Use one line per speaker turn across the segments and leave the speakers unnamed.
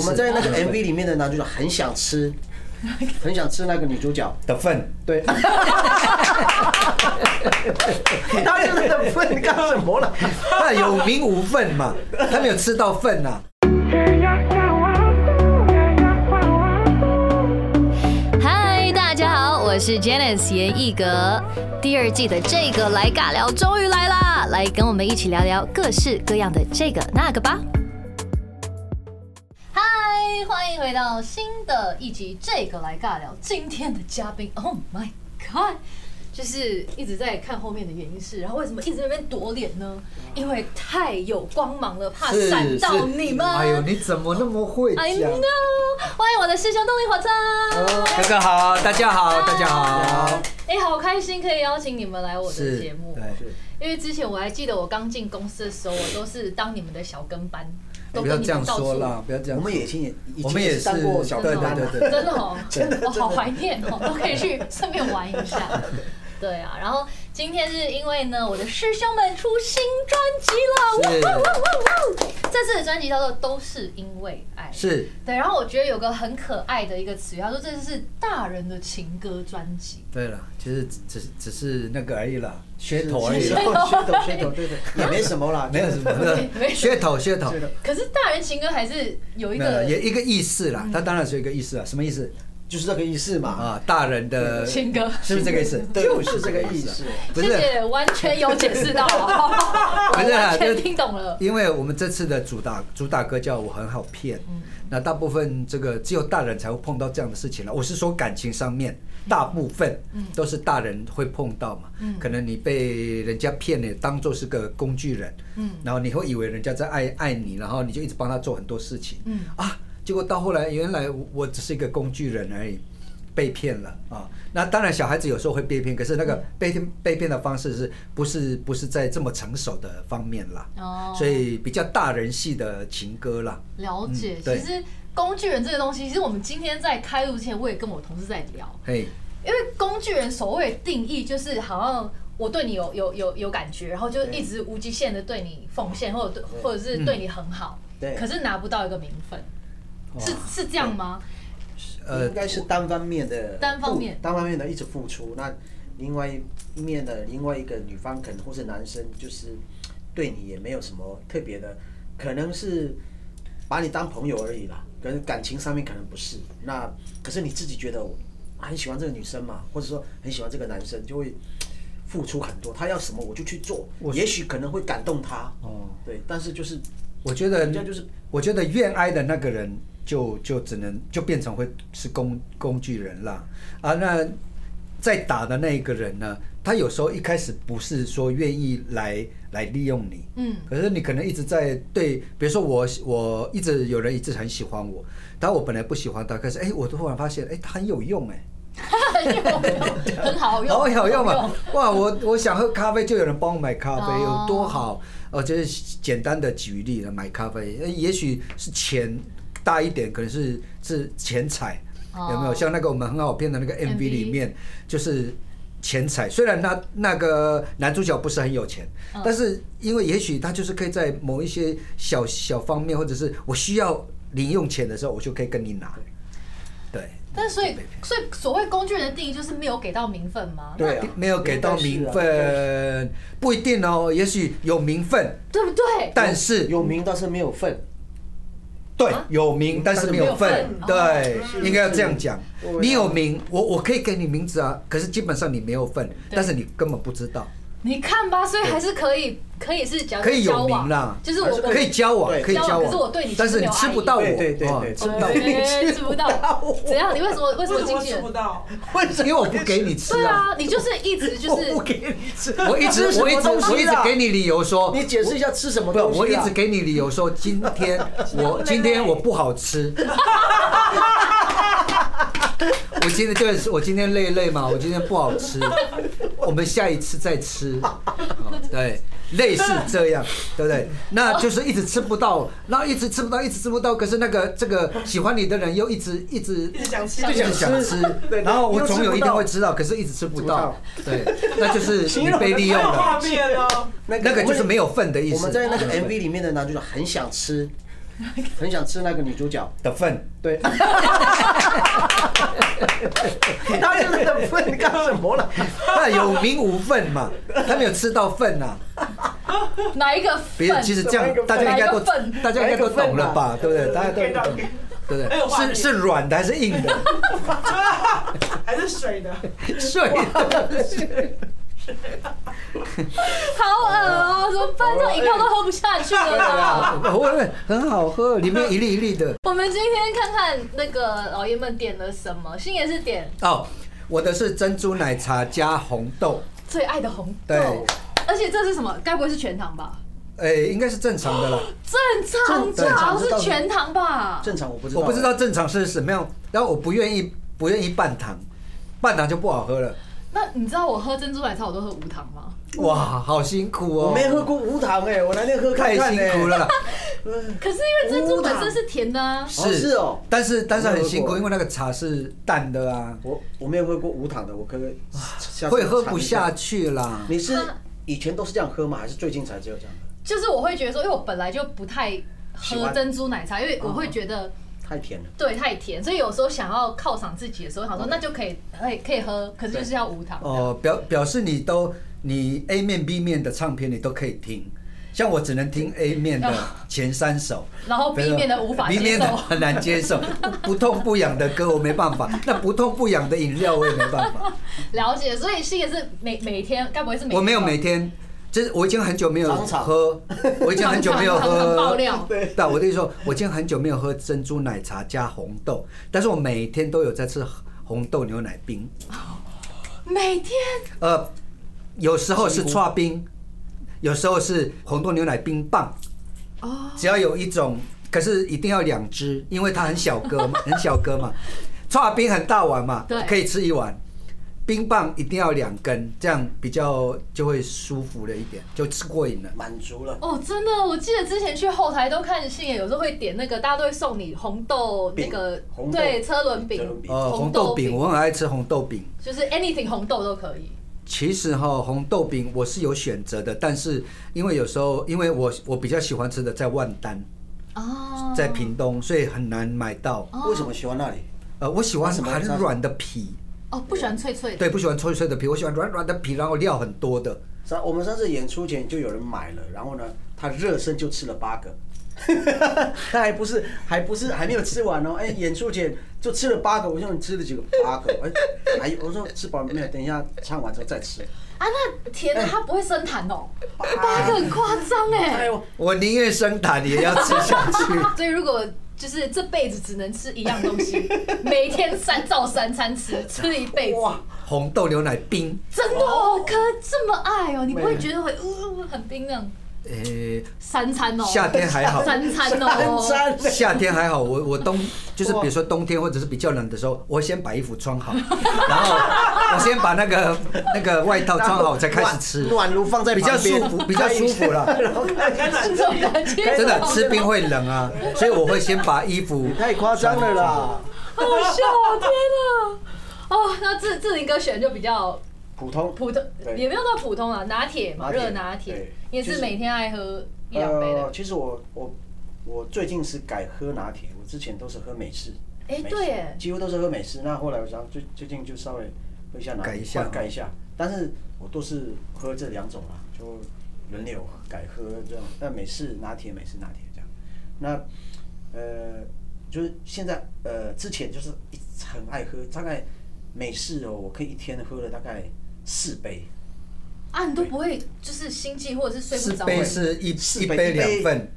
我们在那个 MV 里面的男主角很想吃，很想吃那个女主角，
的份，
对。他就是很愤干什么了？
那有名无份嘛， 他没有吃到份啊呐、
嗨，大家好，我是 Janice 严艺格。第二季的这个来尬聊终于来啦，来跟我们一起聊聊各式各样的这个那个吧。嗨，欢迎回到新的一集这个来尬聊。今天的嘉宾，Oh my God！就是一直在看后面的原因是，然后为什么一直在那边躲脸呢？因为太有光芒了，怕
是
闪到
是
你们。
哎呦，你怎么那么会讲
I？know，欢迎我的师兄动力火车。
哥哥好，大家好，大家好。
哎、好开心可以邀请你们来我的
是，
节目，
对，
因为之前我还记得我刚进公司的时候，我都是当你们的小跟班，
哎
都
不要
跟你
这样
们到处
说。啦，不要这样。
我们也，经也，以
我
前
们也
当过
是
小
对
跟
真的
班
哦
对
的，
对对
真的哦，
真的
我
真的
好怀念哦，都可以去顺便玩一下。对啊，然后今天是因为呢，我的师兄们出新专辑了，哇哇哇哇哇！这次的专辑叫做《都是因为爱》，
是
对。然后我觉得有个很可爱的一个词语，他说这是大人的情歌专辑。
对了，其实只只只是那个而已啦，噱头而已
噱
啦，
头噱头噱头，对对，也没什么啦，
没有什么的
没有
噱头噱头
噱，头
可是大人情歌还是有一
没有
个嗯
也一个意思啦。它当然是有一个意思啊，什么意思
就是这个意思嘛，
啊？大人的
情歌。
是不是这个 意思？
就是这个意思。
啊不
谢
是。
谢，完全有解释 到啊，
不
我
是啊
完全
就
听懂了。
因为我们这次的主打主打歌叫《我很好骗》，那大部分这个只有大人才会碰到这样的事情了。我是说感情上面，大部分都是大人会碰到嘛。可能你被人家骗了，当做是个工具人，然后你会以为人家在爱爱你，然后你就一直帮他做很多事情，啊，结果到后来原来我只是一个工具人而已。被骗了啊！那当然，小孩子有时候会被骗，可是那个被骗被骗的方式是不是不是在这么成熟的方面啦？
哦
所以比较大人系的情歌啦。
了解，
嗯
其
对
实工具人这个东西，其实我们今天在开录之前，我也跟我同事在聊，
嘿，
因为工具人所谓的定义就是好像。我对你有有有有感觉，然后就一直无极限的对你奉献，或者对或者是对你很好，
嗯
对
可是拿不到一个名分，是是这样吗？
呃
应，该是单方面的，
单方面
不单方面的一直付出，那另外一面的另外一个女方可能或是男生，就是对你也没有什么特别的，可能是把你当朋友而已啦，可能感情上面可能不是，那可是你自己觉得我很喜欢这个女生嘛，或者说很喜欢这个男生，就会付出很多，他要什么我就去做，也许可能会感动他，
哦，
对，但是就是
我觉得
人家就是
我觉得愿挨的那个人就就只能就变成会是工工具人啦啊，那在打的那一个人呢，他有时候一开始不是说愿意来来利用你，
嗯，
可是你可能一直在对，比如说我我一直有人一直很喜欢我，但我本来不喜欢他，可是哎、我突然发现哎、他很有用哎、
很好用，
好有用
很
啊！哇，我我想喝咖啡，就有人帮我买咖啡，
哦
有多好！哦，就是简单的举例了，买咖啡，呃也许是钱大一点，可能是是钱财，
哦
有没有？像那个我们很好骗的那个 MV
MV
里面，就是钱财。虽然那那个男主角不是很有钱，但是因为也许他就是可以在某一些小小方面，或者是我需要零用钱的时候，我就可以跟你拿。对。
但所以，所以所谓工具人的定义就是没有给到名分吗？
对啊，
没有给到名
应该是啊
分，不一定哦，也许有名分，
对不对？
但是
有名但是没有份。
对有名，但是没有份，对，应该要这样讲
是是。
你有名，我我可以给你名字啊，可是基本上你没有份，但是你根本不知道，
你看吧，所以还是可以，可以是讲
可以
呃交
有
往
名啦，
就是
还
我
是
可以交往，
对
可以
交
交
往
往，
可是我对你
但是你吃不到我，
对对对
哦
对
吃不到
哎
我，
吃不到，怎样？你为什么为什么经纪人？
到？
因为我不给你吃
对
啊。
啊，你就是一直就是
哦我不给你吃，
我一 直我一直我一直给
你，
你理由说，
啊你解释一下吃什么
不，
东西啊？
我一直给你理由说今 天我今天我不好吃。我今天就是我今天累累嘛，我今天不好吃，我们下一次再吃。哦对，类似这样，对不对？那就是一直吃不到，然后一直吃不到，一直吃不到。可是那个这个喜欢你的人又一直一直
一直想吃，
一直想吃
对，对
然后我
又吃
总有
不
一定
到
会吃到，可是一直吃不
不
到
到。
对，那就是你被利用
没有画
了，
面哦。
那
那个就是没
有。
有份的意
我
思。啊嗯
们 在那个 MV 里面的男主角很想吃，很想吃那个女主角，
的份，
对。他真的笨干什么了？
那有名无份嘛，他没有吃到份呐、啊。
哪一个
别人
份？
其实这样大家应该都
哪一个份
大家应该都懂了吧，对不对？大家都懂，对不
很
哎
有画
对？是
面
是软的还是硬 的？
还是水的，
碎的。
好恶哦、怎么办？这样饮
哎
料都喝不下去 了啦。
我问很好喝，里面一粒一粒的。
我们今天看看那个老爷们点了什么，星爷是点
哦，我的是珍珠奶茶加红豆，
最爱的红豆
对，
而且这是什么？该不会是全糖吧？
诶，哎应该是正常的啦。
正常，
正
这
常
好像
知道
是全糖吧？
正常我不知道，
我不知道正常是什么样，然后我不愿意不愿意半糖，半糖就不好喝了。
那你知道我喝珍珠奶茶我都喝无糖吗？
哇，好辛苦哦！
我没喝过无糖哎，我那天喝
太
看看
辛苦了啦。
哎。
可是因为珍珠本身是甜的啊，
哦是哦
但是但是很辛苦，
我没有喝过
因为那个茶是淡的啊，
我我没有喝过无糖的，我可不可以下次
会喝
尝
不
一下
下。去啦。
你是以前都是这样喝吗？还是最近才只有这样喝？
就是我会觉得说，因为我本来就不太
喜
喝
欢
珍珠奶茶，因为我会觉得
太甜了。
对太甜，所以有时候想要犒赏自己的时候，想说那就可以可以可以喝，可是就是要无糖。
哦、表表示你都你 A 面 B 面的唱片你都可以听，像我只能听 A 面的前三首，
然后哦 B 面的无法接受
B 面的很难接受，不不痛不痒的歌我没办法，那不痛不痒的饮料我也没办法，
了解，所以星爷是每每天，该不会是每天
我没有每天。就是我已经很久没有
常常
喝，我已经很久没有
常常常
喝
常爆料
对
但我的意思说，我已经很久没有喝珍珠奶茶加红豆，但是我每天都有在吃红豆牛奶冰。
每天
呃，有时候是刨冰，有时候是红豆牛奶冰棒，
哦，
只要有一种，可是一定要两只，因为它很小个嘛，很小个嘛，刨冰很大碗嘛
对，
可以吃一碗。冰棒一定要两根，这样比较就会舒服了一点，就吃过瘾了。
满足了，
哦，真的，我记得之前去后台都看星爷，有时候会点那个，大家都会送你红豆那
饼
个
红豆
对车轮饼
车，轮饼
呃，红豆饼，我很爱吃红豆饼。
就是 anything 红豆都可以。
其实哈，红豆饼我是有选择的，但是因为有时候，因为我我比较喜欢吃的在万丹，
哦，
在屏东，所以很难买到。
哦
为什么喜欢那里？
呃，我喜欢
为什么
很软的皮，
哦，不喜欢脆脆的。
对，不喜欢脆脆的皮，我喜欢软软的皮，然后料很多的。
上我们上次演出前就有人买了，然后呢，他热身就吃了八个， 他还不是还不是还没有吃完哦，哎，演出前就吃了八个，我说你吃了几个？八个，哎，还有我说吃饱了没有？等一下唱完之后再吃。
啊，那甜的它不会生痰哦，八个很夸张
哎
哎。
呦，
我宁愿生痰也要吃下去。
所以如果就是这辈子只能吃一样东西，每天三照三餐吃，吃一辈子，
哇，
红豆牛奶冰，
真的哦，哥这么爱哦，你不会觉得会呜很冰冷？
呃，
三餐哦，
夏天还好，
三餐
很
哦，
赞
夏天还好，我我冬就是比如说冬天或者是比较冷的时候，我先把衣服穿好，然后我先把那个那个外套穿好，我才开始吃，
暖炉放在
比较
旁边
舒服，比较舒服了。
然后
哎
看看
这种感觉
真的吃冰会冷啊，所以我会先把衣服
太夸张了啦，
好笑，天哪！哦，那志志玲哥选就比较
普通
普通，
对
也没有到普通啊，拿铁嘛，
拿铁
热拿铁
对
也
就是是
每天爱喝一两杯的
呃。。其实我我我最近是改喝拿铁，我之前都是喝美式。
哎
美式
对耶
几乎都是喝美式。那后来我想最最近就稍微喝一下拿铁，
改一下哦
换改一下。但是我都是喝这两种啦，就轮流改喝这样。那美式拿铁，美式拿铁这样。那呃，就是现在呃，之前就是一直很爱喝，大概美式哦，我可以一天喝了大概四杯。
啊，你都不会就是心悸或者是
四
睡不着？欸哎
杯是一一
四杯
杯两份，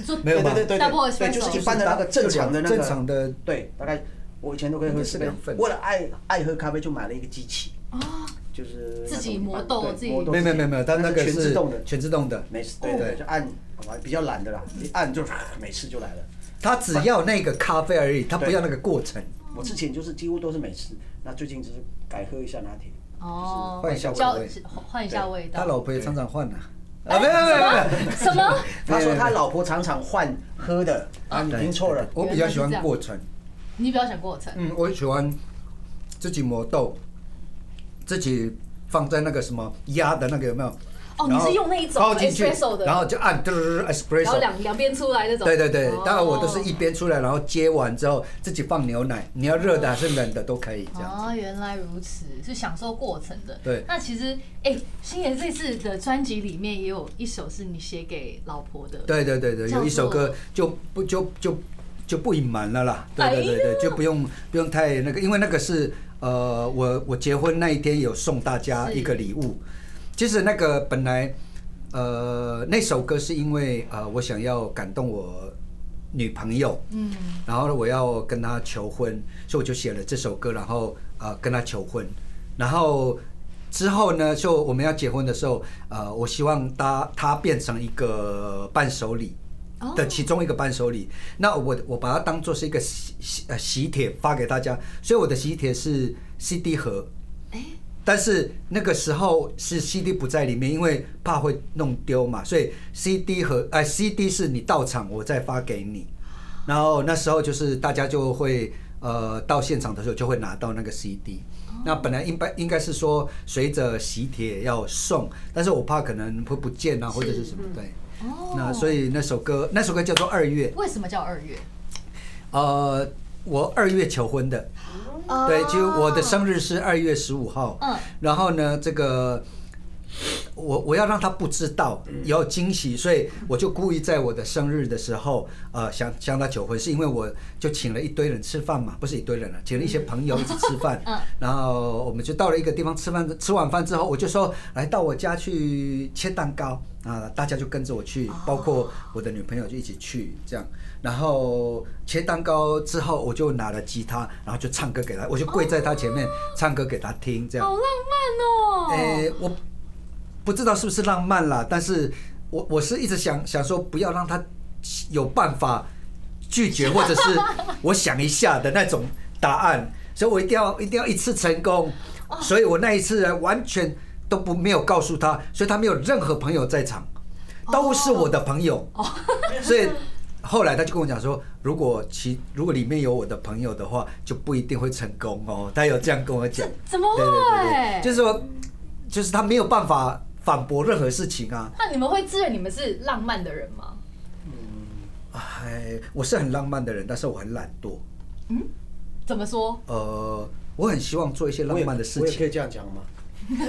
你说
没有吧
对对对
Double
对对，
espresso
就是一般的那个正常的那个
正常的
对，大概我以前都可以喝四杯
应该是两。份
为了爱爱喝咖啡，就买了一个机器，
啊，
就是
自己
那种
磨豆
对
自己
磨豆
没有没有没有没有，但那个
全
是
自动的，
全自动的，
没事，对对，就按，我比较懒的啦，一按就每次就来了。
它只要那个咖啡而已，它不
对
要那个过程。
我之前就是几乎都是美式，那最近就是改喝一下拿铁。
哦，
换一下味
交
味
换一下味
他
道。
老婆也常常换呐，啊，没有没有没有没有，
哎什么？
他说他老婆常常换喝的，啊，你
对
听错了，
我比较喜欢过程，
你比较想过程？
嗯，我喜欢自己磨豆，自己放在那个什么压的那个有没有？
哦，
然
你
后
是用那一种
泡进去
espresso 的，
然后就按嘟嘟嘟
然后
espresso，
两两边出来那种。
对对对
哦，
当然我都是一边出来，然后接完之后自己放牛奶，你要热的还是冷的都可以这样子。
哦，原来如此，是享受过程的。
对
那其实，哎、星爷这次的专辑里面也有一首是你写给老婆的。，
对对对对，
叫
有一首
做
歌就不就就就不隐瞒了啦，对对对
哎
对
呀，
就不用不用太那个，因为那个是呃，我我结婚那一天有送大家
是
一个礼物，其实那个本来呃那首歌是因为呃我想要感动我女朋友，
嗯，
然后呢，我要跟他求婚，所以我就写了这首歌，然后呃跟他求婚，然后之后呢，就我们要结婚的时候，呃，我希望他他变成一个伴手礼
哦
的其中一个伴手礼。那我我把它当做是一个喜喜呃喜帖发给大家，所以我的喜帖是 CD 盒，
哎、
但是那个时候是 CD 不在里面，因为怕会弄丢嘛，所以 CD 和哎、CD 是你到场我再发给你，然后那时候就是大家就会呃到现场的时候就会拿到那个 CD。那本来应该应该是说随着喜帖要送，但是我怕可能会不见啊或者是什么对，
哦，
那所以那首歌那首歌叫做二月，
为什么叫二月？
呃，我二月求婚的，
哦
对，就我的生日是二月十五号，
啊嗯
然后呢，这个我我要让他不知道，也要惊喜，所以我就故意在我的生日的时候，呃，想向他求婚，是因为我就请了一堆人吃饭嘛，不是一堆人了、请了一些朋友一起吃饭，
嗯
然后我们就到了一个地方吃饭，吃完饭之后，我就说来到我家去切蛋糕啊，大家就跟着我去，包括我的女朋友就一起去这样。然后切蛋糕之后，我就拿了吉他，然后就唱歌给她，我就跪在她前面唱歌给她听，这样
好。浪漫哦、
诶、我不知道是不是浪漫啦，但是我我是一直想想说，不要让他有办法拒绝，或者是 我想一下的那种答案，所以我一定要一定要一次成功。所以我那一次呢完全都不没有告诉他，所以他没有任何朋友在场，
哦
都是我的朋友，所以。后来他就跟我讲说，如果其如果里面有我的朋友的话，就不一定会成功哦。他有这样跟我讲，
怎么会？
对对对对，就是说，就是他没有办法反驳任何事情啊。
那你们会自认你们是浪漫的人吗？
哎，我是很浪漫的人，但是我很懒惰。
怎么说？
呃，我很希望做一些
我
浪
也
漫的事
我也可
情。
以这样讲 嘛。很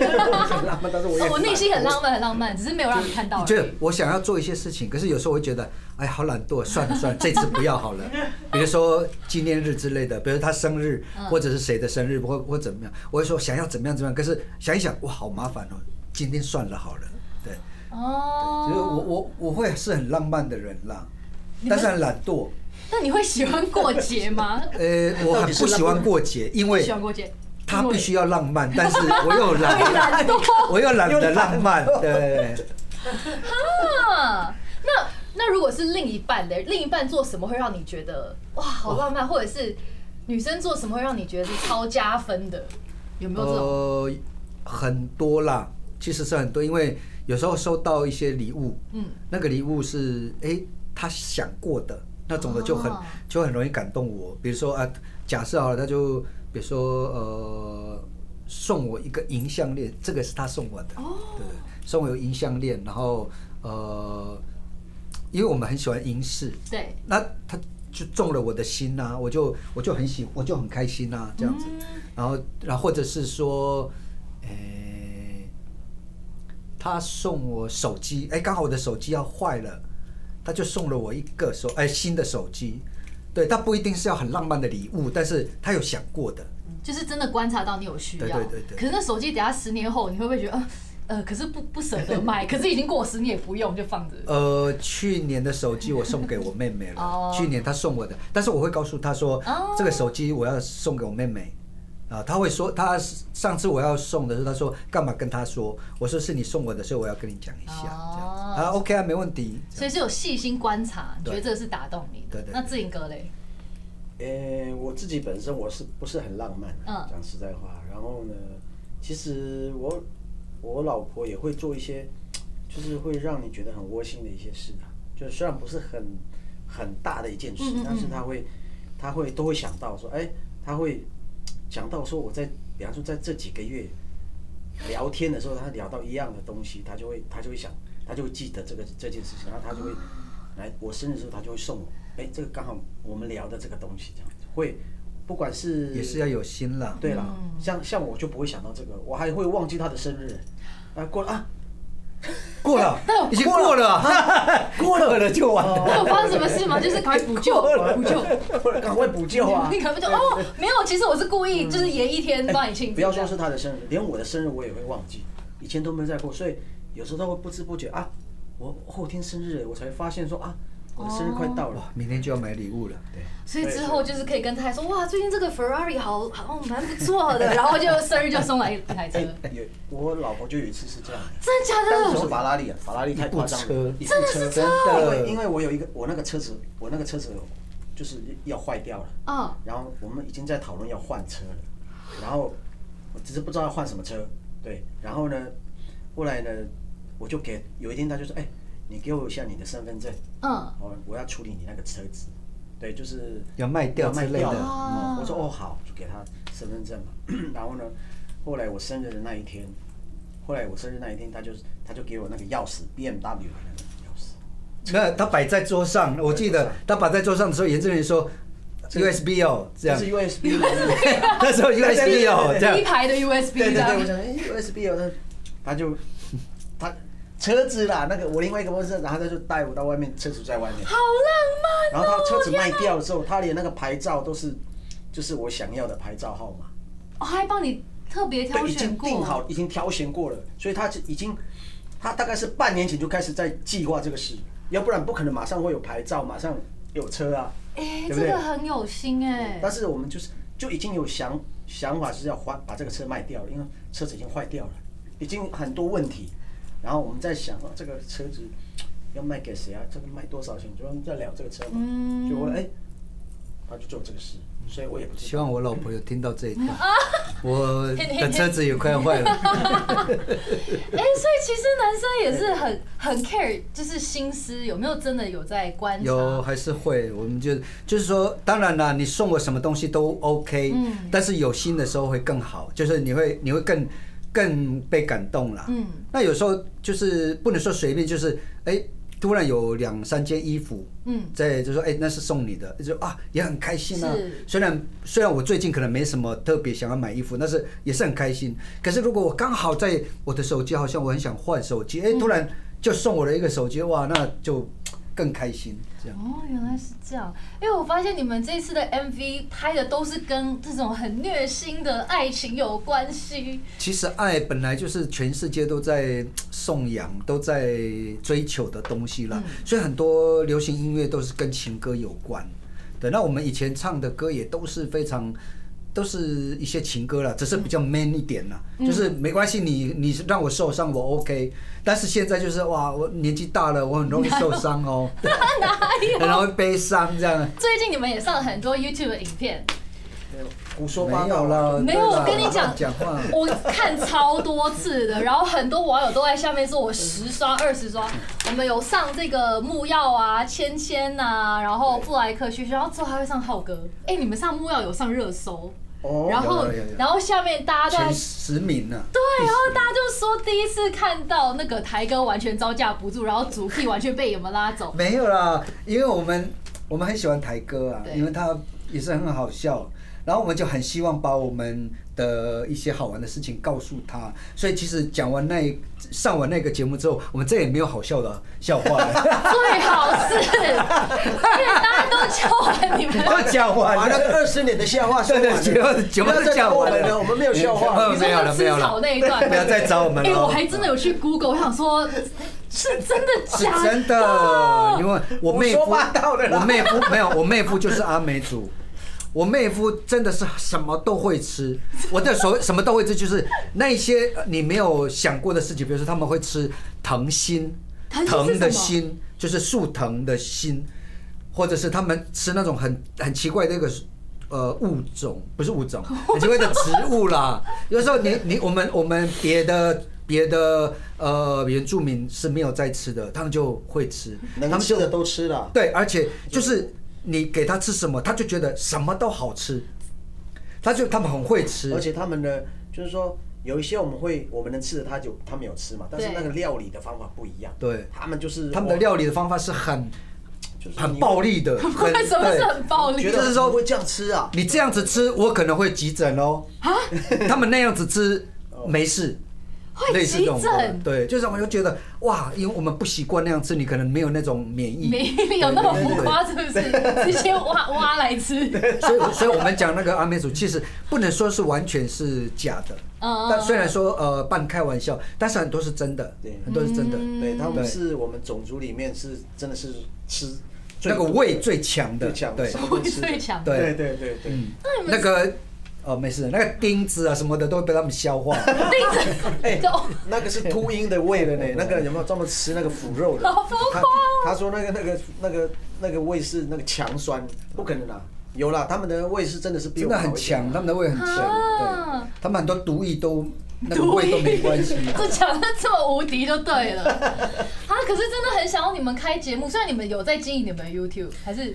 浪漫，但是我也
哦我内心很浪
漫。
漫，很浪漫，只是没有让你看到而已。
就是我想要做一些事情，可是有时候我会觉得，哎，好懒惰，算了算了，这次不要好了。比如说纪念日之类的，比如他生日，
嗯
或者是谁的生日，或或怎么样，我会说想要怎么样怎么样，可是想一想，哇，好麻烦哦，今天算了好了。对，
哦，
就是我我我会是很浪漫的人啦，
你们
但是很懒惰。
那你会喜欢过节吗？
呃，我很不喜欢过节，因
不
为
喜欢过节，
他
因为
必须要浪漫，但是我又懒，
懒惰。
我又懒得浪漫。对，
啊那那如果是另一半的，另一半做什么会让你觉得哇好浪漫，或者是女生做什么会让你觉得是超加分的？有没有这种？
呃，很多啦，其实是很多，因为有时候收到一些礼物，
嗯，
那个礼物是哎、诶他想过的那种的，就很、
哦
就很容易感动我。比如说啊，假设好了，他就比如说呃送我一个银项链，这个是他送我的，
哦
对，送我有银项链，然后呃，因为我们很喜欢银饰，
对，
那他就中了我的心呐、我就我就很喜，我就很开心呐、啊这样子。然后，然后或者是说，诶、他送我手机，哎、刚好我的手机要坏了，他就送了我一个手，哎、新的手机。对，他不一定是要很浪漫的礼物，但是他有想过的。
就是真的观察到你有需要。
对对对对
可是那手机等下十年后，你会不会觉得呃呃，可是不不舍 得买，可是已经过十年也不用，就放着。
呃，去年的手机我送给我妹妹
哦
了，去年她送我的，但是我会告诉她说
哦，
这个手机我要送给我妹妹。啊，她会说，她上次我要送的时候，她说干嘛跟她说？我说是你送我的，所以我要跟你讲一下，这样
哦
子。啊，OK 啊，没问题。
所以是有细心观察，你觉得这是打动你的。
对对对
那志颖哥嘞，
呃，我自己本身我是不是很浪漫啊
嗯？
讲实在话，然后呢，其实我我老婆也会做一些，就是会让你觉得很窝心的一些事啊。就是虽然不是很很大的一件事
嗯嗯嗯，
但是她会她会都会想到说，哎，她会想到说我在，比方说在这几个月聊天的时候，他聊到一样的东西，他就会他就会想，他就会记得这个这件事情，然后他就会来我生日的时候，他就会送我，哎，这个刚好我们聊的这个东西，这样子会，不管是
也是要有心啦。
对啦，
嗯
像像我就不会想到这个，我还会忘记他的生日，啊过了啊
过了
那，
已经过了，啊 哦过了就完
那有
了。
发生什么事吗？就是赶快补救，补救。
过了赶快补救啊
你！赶快就哦，没有，其实我是故意，就是延一天帮你庆祝。
哎不要说是他的生日，连我的生日我也会忘记，以前都没有在过，所以有时候他会不知不觉啊，我后天生日，我才发现说啊，我的生日快到了。
哇，明天就要买礼物了。
所以之后就是可以跟他说，哇，最近这个 Ferrari 好好蛮不错 的，然后就生日就送来一台车，
哎，有我老婆就有一次是这样的，
真的假
但是是
的？
法拉利啊，法拉利太夸张了，
一部车
真的是
真的
因为因为我有一个我那个车子，我那个车子就是要坏掉了，
嗯，
然后我们已经在讨论要换车了，然后我只是不知道要换什么车，对，然后呢，后来呢，我就给有一天他就说，哎，你给我一下你的身份证，
嗯，
哦，我要处理你那个车子，对，就是
要卖掉
要卖
之类的
掉了
哦
嗯我说哦好，就给他身份证嘛。然后呢，后来我生日的那一天，后来我生日那一天，他就他就给我那个钥匙，BMW 的那个钥匙。
那他摆在桌上，我记得他摆在桌上的时候，严正仁说 USB 哦，这 样
是 USB 的那个。
那时候 USB 哦，这
一
样
排的 USB
对对
这
对，
样
我。想哎 USB 有那，他就他车子啦，那个我另外一个朋友是，然后他就带我到外面，车主在外面。
好
然
浪漫哦！
后他车子卖掉之后，他连那个牌照都是，就是我想要的牌照号码。
我哦还帮你特别挑
对，已
选
经
过，
定好，已经挑选过了，所以他是已经，他大概是半年前就开始在计划这个事，要不然不可能马上会有牌照，马上有车啊。
哎、
对
这
不对
个很有心哎、
但是我们就是就已经有想想法是要换把这个车卖掉了，因为车子已经坏掉了，已经很多问题，然后我们在想啊，这个车子要卖给谁啊？这个卖多少钱？就我们在聊这个车嘛，就我哎，他就做这个事，所以我也不知
希
道。
望我老婆有听到这一 段，我的车子也快要坏了。
哎、所以其实男生也是很很 care，就是心思有没有真的有在观 察？
有还是会，我们就就是说，当然啦，你送我什么东西都 OK，、
嗯
但是有心的时候会更好，就是你会你会更更被感动啦。
嗯，
那有时候就是不能说随便，就是哎、突然有两三件衣服，
嗯
在就说哎、那是送你的，就啊也很开心啊
是。
虽然虽然我最近可能没什么特别想要买衣服，但是也是很开心。可是如果我刚好在我的手机，好像我很想换手机，哎、突然就送我了一个手机，哇，那就更开心这样。
哦，原来是这样。因为我发现你们这次的 MV 拍的都是跟这种很虐心的爱情有 关系。
其实爱本来就是全世界都在颂扬、都在追求的东西啦，
嗯
所以很多流行音乐都是跟情歌有关。对，那我们以前唱的歌也都是非常，都是一些情歌啦，只是比
嗯
较 man 一点啦，就是没关系，你你让我受伤我 OK，但是现在就是哇，我年纪大了，我很容易受伤 哦，很容易悲伤这样。
最近你们也上了很多 YouTube 的影片，
胡说八
没
道
有啦，
没有，
对
我
啦
跟你
乱
讲，
讲话。
我看超多次的，然后很多网友都在下面说我十刷、二十刷。我们有上这个木曜啊、芊芊呐，然后布莱克去，然后之后还会上浩哥。哎，你们上木曜有上热搜，
哦，
然后
有有有有
然后下面大家都在
前。十名呢、啊？
对，然后大家就说第一次看到那个台哥完全招架不住，然后主 K 完全被你们拉 走。
没有啦，因为我们我们很喜欢台哥啊
对，
因为他也是很好笑，然后我们就很希望把我们的一些好玩的事情告诉他，所以其实讲完那一上完那个节目之后，我们再也没有好笑的笑 话了，
最好是，因为大家都教完你们，
都讲
把
完
那个
了。
二十年的笑话说
对
完
对，
了，
节目节目
不要
都
再
讲
我
完
们
了
了，我，们没有笑话。
你说
没有
那
了没有
吃
了
草那一段，
不要再找我们
哎、
了。
我还真的有去 Google，我想说，是真的
是
假的？
真的，因为我妹
胡
夫，
说八道的啦
我妹夫没有，我妹夫就是阿美族。我妹夫真的是什么都会吃，我的所谓什么都会吃，就是那一些呃你没有想过的事情，比如说他们会吃藤心，
藤心是
藤的
什么
心就是树藤的心，或者是他们吃那种很很奇怪的一个呃物种，不是物 种，很奇怪的植物啦。有时候你你我们我们别的别的呃原住民是没有在吃的，他们就会吃，他
能
们
吃
就
的都吃了，
对，而且就是你给他吃什么，他就觉得什么都好吃，他就他们很会吃
而，且他们的就是说有一些我们会我们能吃的，他就他们有吃嘛，但是
对
那个料理的方法不一样。
对
他们就是
他们的
哇
料理的方法是很
就是
很暴
力，
力的，很
为什么是
对
很暴力
觉
觉
得
得
就是是
说
说会这样吃啊，
你这样子吃，我可能会急诊哦。
啊
他们那样子吃没事，
会
类似
急
这种的
诊？
对，就是我就觉得哇，因为我们不习惯那样吃，你可能没有那种免疫，
没有那么浮夸，是不是？直接挖挖来吃，
所以所以我们讲那个阿美族，其实不能说是完全是假的，
嗯
但虽然说呃半开玩笑，但是很多是真的
对，
很多是真的，
嗯
对他们
对
是我们种族里面是真的是吃最
那个胃最强的，
最强的，
对
什么都吃的
胃最强
对
对
嗯
对对对。
那个。哦，没事，那个钉子啊什么的都被他们消化。
哎
就
那个是秃鹰的胃 了呢，那个有没有专门吃那个腐肉的？
好浮夸
他他说那个那个那个那个胃是那个强酸，不可能啦，有啦，他们的胃是真的是比
真
我
的
们好
很
一点
强，他们的胃很强，
啊
对，他们很多毒液都那个
毒
胃
液
都没关系。啊
就讲的这么无敌就对了 啊！可是真的很想要你们开节目，虽然你们有在经营你们的 YouTube，还是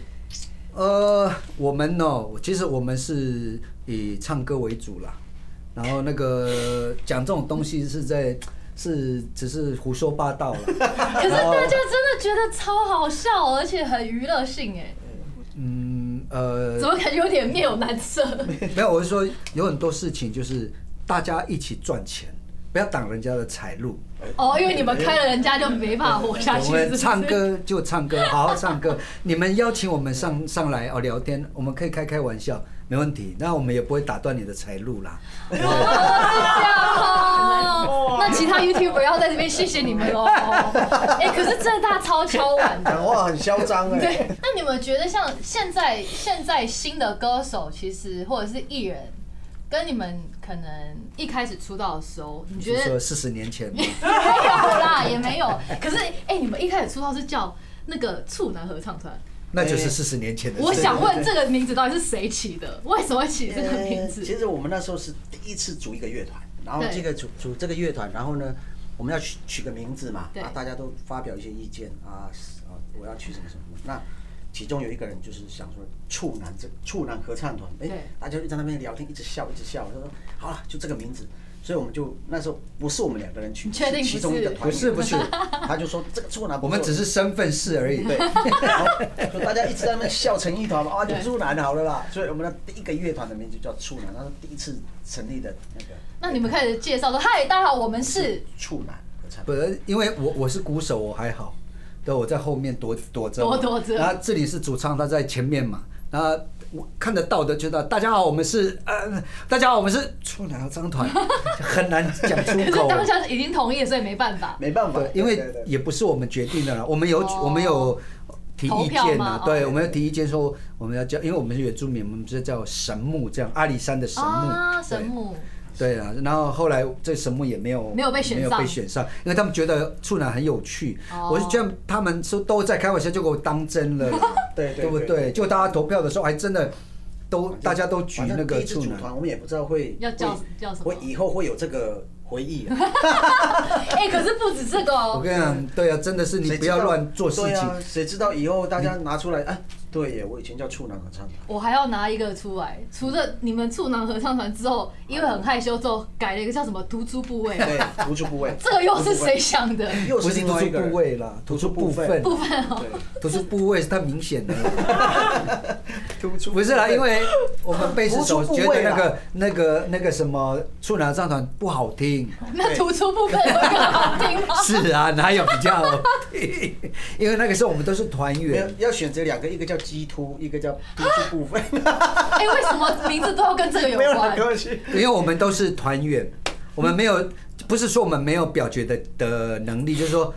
呃，我们呢、其实我们是以唱歌为主啦，然后那个讲这种东西是在是只是胡说八道了。
可是大家真的觉得超好笑，而且很娱乐性哎，
嗯，呃
怎，么感觉有点面有 难色？
没有，我是说有很多事情就是大家一起赚钱，不要挡人家的财路。
哦，因为你们开了人家就没办法活下去，
我
是
们
不是
唱歌就唱歌，好好唱歌。你们邀请我们上上来哦聊天，我们可以开开玩笑，没问题。那我们也不会打断你的财路啦。
哦，那其他 YouTuber 要在这边谢谢你 们喽。哎，可是真的大家超敲碗的。
讲话很嚣张
欸
哎。
对，那你们觉得像现在现在新的歌手，其实或者是艺人，跟你们可能一开始出道的时候，你觉
就
得
是说四十年前嘛，
没有啦，也没有。可是哎、你们一开始出道是叫那个处男合唱团，
那就是四十年前的事。
我想问这个名字到底是谁起的？为什么会起这个名字
呃？其实我们那时候是第一次组一个乐团，然后
对
这个组组这个乐团，然后呢，我们要取取个名字嘛，
对
啊，大家都发表一些意见啊是啊，我要取什么什么。那其中有一个人就是想说处男这处男合唱团，哎
对，
大家就在那边聊天，一直笑一直笑，他说好了，就这个名字。所以我们就那时候不是我们两个人取，
你确定
是其
不
中一
是
个团
不是
员
不是
他就说这个处男不
我们
错
只是身份事而已。
对，然后就大家一直在那边笑成一团嘛，啊，就
对
处男好了啦。所以我们的第一个乐团的名字就叫处男，那是第一次成立的那个
那你们开始介绍说，嗨，大家好，我们是
处男合唱
不是，因为我我是鼓手，我还好，对，我在后面躲躲着嘛，
躲躲着
然后这里是主唱，他在前面嘛，然后我看得到的就知道，大家好，我们是呃，大家好，我们是处男合唱团，很难讲出
可是
口。
当下已经同意了，所以没办法。
没办法
对，，
对
因为
对对
也不是我们决定的啦，我们有
哦
我们有提
投
意
票
见
吗
呐
哦，
对，我们要提意见说我们要叫，因为我们是原住民，我们就叫神木这样，阿里山的神木
啊，，
对
神木，
对啊，然后后来这神木也没有
没有被选
没有
上
被选上，因为他们觉得处男很有趣。
哦
我是觉得他们说都在开玩笑，就给我当真 了，
对
对不
对
对？就大家投票的时候，还真的都
反正
大家都举
反正
那
第
个
一次
处
组
男。
团，我们也不知道会
要叫
会
叫什么
会以后会有这个回忆啊。
哎，可是不止这个
我
哦，
跟你讲，对啊，真的是你
谁
不
知道
要乱做事
对
情。
啊，谁知道以后大家拿出来，哎，对耶，我以前叫处男合唱团。
我还要拿一个出来。除了你们处男合唱团之后，因为很害羞，之后改了一个叫什么突出部位，
对，突出部 位。
这个又是谁想的？
又
不
是
是
另
突
外
出
一个人
部位啦，突出部分，
部分哦，
对，
突出部位是太明显了。
突出
不是啦，
部位
因为我们贝斯手
突出
觉
部位
得
啦
那个那个那个什么处男合唱团不好 听。
那突出部分有更好听吗？
是啊，哪有比较好听？因为那个时候我们都是团
没有
员，
要选择两个，一个叫鸡突，一个叫突出部分，
哎，为什么名字都要跟这个有
没有
关
人？关系。
因为我们都是团员，我们没有，不是说我们没有表决的的能力，就是说，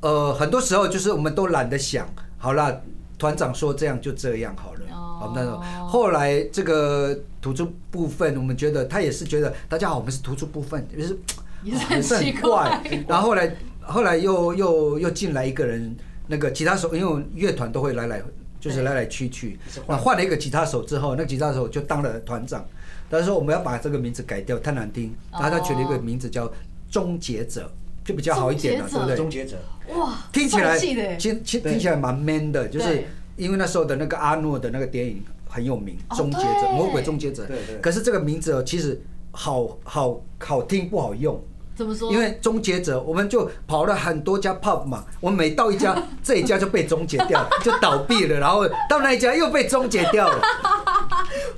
呃，很多时候就是我们都懒得想，好啦，团长说这样就这样好了。
哦
好，那种后来这个突出部分，我们觉得他也是觉得大家好，我们是突出部分，就是哦
也是
也
很
是
奇
很
怪
怪。。然后后来后来又又又进来一个人，那个吉他手，因为我乐团都会来来就是来来去去
是，换
那换了一个吉他手之后，那吉他手就当了团长。他说我们要把这个名字改掉，太难听，然后他取了一个名字叫终结者。就比较好一点了，
哦终
对不
结者
终结
对？
者，
哇，
听起来
帅气的耶
听听
对
听起来蛮 man 的，就是
对
因为那时候的那个阿诺的那个电影很有名，
哦
《终结者》
对
魔鬼终结者
对对》。
可是这个名字哦，其实好好好听不好用。
怎么说？
因为终结者，我们就跑了很多家 pub 嘛，我每到一家，这一家就被终结掉，就倒闭了，然后到那一家又被终结掉了。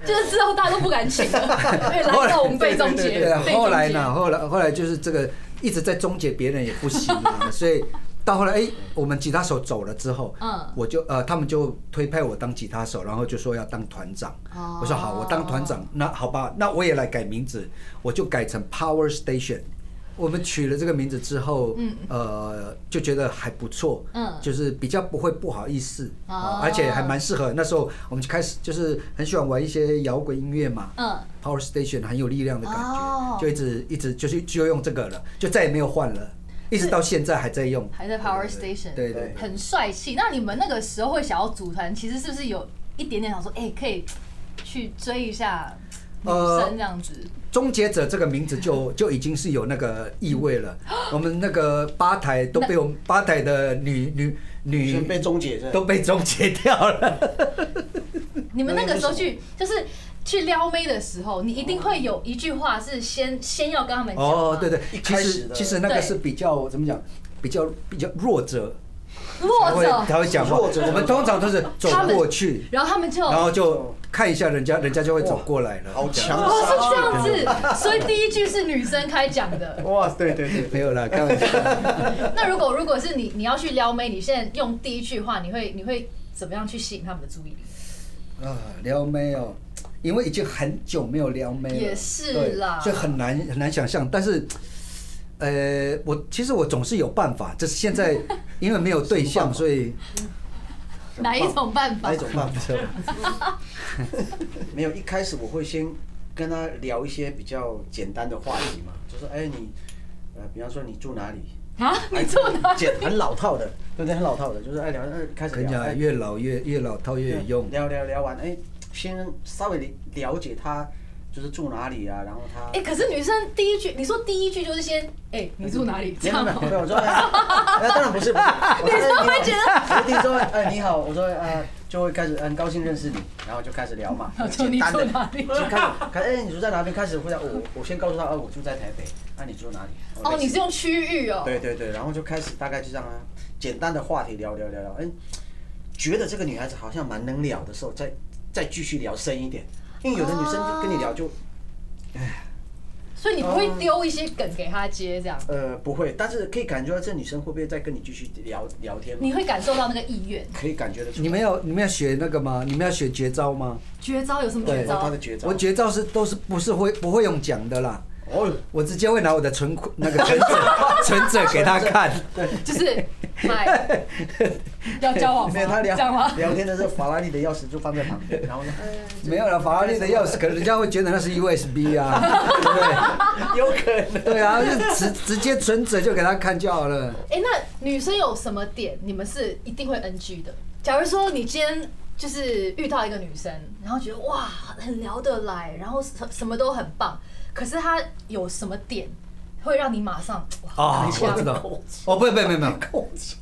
就是之后大家都不敢请了， 因为来到我们被终结，
对，
被终结
后来呢，后来后来就是这个一直在终结别人也不行啊， 所以到后来，哎，我们吉他手走了之后，
嗯
我就呃，他们就推派我当吉他手，然后就说要当团长
哦。
我说好，我当团长，那好吧，那我也来改名字，我就改成 Power Station。我们取了这个名字之后，
嗯
呃，就觉得还不错，
嗯
就是比较不会不好意思，
哦
啊而且还蛮适合。那时候我们就开始就是很喜欢玩一些摇滚音乐嘛，
嗯
，Power Station 很有力量的感
哦
觉，就一直一直就是就用这个了，就再也没有换了，一直到现在还在用，
还在 Power Station，
对对
很帅气。那你们那个时候会想要组团，其实是不是有一点点想说，哎、可以去追一下女
呃
生这样子？
终结者这个名字就就已经是有那个意味 了。我们那个吧台都被我们吧台的女女
女生被
女
终结是吧
都被终结掉 了。
你们那个时候去就是。去撩妹的时候，你一定会有一句话是先先要跟他们讲
哦，对
对，
对
一，
其
开始
实
的
其实那个
对
是比较怎么讲，比较比较弱者才
弱
会才
者，
会讲话。
弱者
我们通常都是走
他们哦
过去，
然后他们就
然后就看一下人家，人家就会走过来了。
好强
哦
的杀气！
是这样子，所以第一句是女生开讲的。
哇，对对对，
没有 啦，开玩笑。
那如果如果是你你要去撩妹，你现在用第一句话，你会你会怎么样去吸引他们的注意力？
啊，撩妹哦，因为已经很久没有撩妹了，
也是
对
啦
所以很难很难想象。但是，呃，我其实我总是有办法，只是现 在因为没有对象，所以
哪一种办法？
哪一种办 法？没有，一开始我会先跟他聊一些比较简单的话题嘛，就说哎你，呃，比方说你住哪里？哎
啊？你住哪里？
简很老套的，对不对？很老套的，就是哎聊，哎开始
跟人
聊，
家
哎
越老越越老套越有用。
聊聊聊完，哎，先稍微了解他就是住哪里啊，然后他
哎、可是女生第一句，你说第一句就是先，哎、你住哪里？这
没有
样哦
没有，没有我
吗？
说，哎那当然不是，不是。 我说
你怎么会
哎
觉
你好我弟说，哎，你好，我说，呃，就会开始很高兴认识你，然后就开始聊 嘛，
然后就
简单的
你住哪里，
就开始，开始，哎，你住在哪边？开始会在，我我先告诉他，哦，我住在台北，那你住哪里？
哦，你是用区域哦。
对对对，然后就开始大概就这样啊，简单的话题聊聊聊聊，哎，觉得这个女孩子好像蛮能聊的时候，再再继续聊深一点，因为有的女生就跟你聊就
所以你不会丢一些梗给她接这样，
呃不会，但是可以感觉到这女生会不会再跟你继续聊聊天，
你会感受到那个意愿。
可以感觉得出来。
你们要你们要学那个吗？你们要学绝招吗？
绝招有什么绝
对
哦她
招
的？绝招，
我绝招是都是不是会不会用讲的啦，
哦，
我直接会拿我的存款那个存折存折给他看。
就是买要交往
没有他
吗？这
聊
样吗？
聊天的时候，法拉利的钥匙就放在旁边，然后呢，哎
没有了，法拉利的钥匙，可能人家会觉得那是 USB 啊，对不对？
有可能。
对啊，就直直接存折就给他看就好了。
哎、那女生有什么点你们是一定会 NG 的？假如说你今天就是遇到一个女生，然后觉得哇很聊得来，然后什什么都很棒，可是她有什么点会让你马上哇
哦，
很
我
想
知道。哦，不，不，不，没有，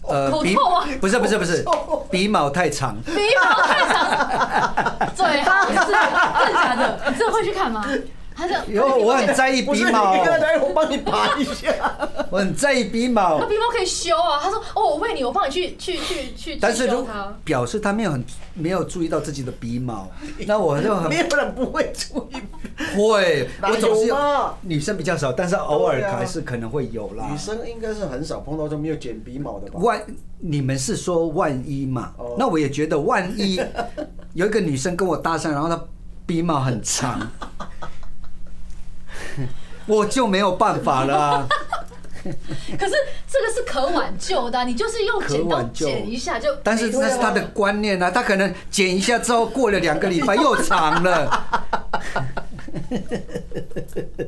呃
口
鼻
臭啊
不是，不是，不是，鼻毛太 长。
鼻毛 太长，最好啊是真的假的？你真的会去看吗？他就
有，哎我很在意
不
鼻
是，你
毛，
看来我帮你拔一 下。
我很在意鼻毛
他。鼻毛可以修啊。他说哦，我为你，我帮你去去去去
但
去
是如
修
果
它。
表示他没有很没有注意到自己的鼻毛，那我就很
没有人不会注意，
会，
哪
我总是
有嘛啊
女生比较少，但是偶尔
对啊
还是可能会有啦
女。生应该是很少碰到这没有剪鼻毛的吧？
万，你们是说万一嘛
哦？
那我也觉得万 一有一个女生跟我搭讪，然后她鼻毛很长， 我就没有办法了 啊。
可是这个是可挽救的啊、你就是用
可
剪刀
挽救
剪一下就。
但是那是她的观念啊，她可能剪一下之后，过了两个礼拜又长了。
那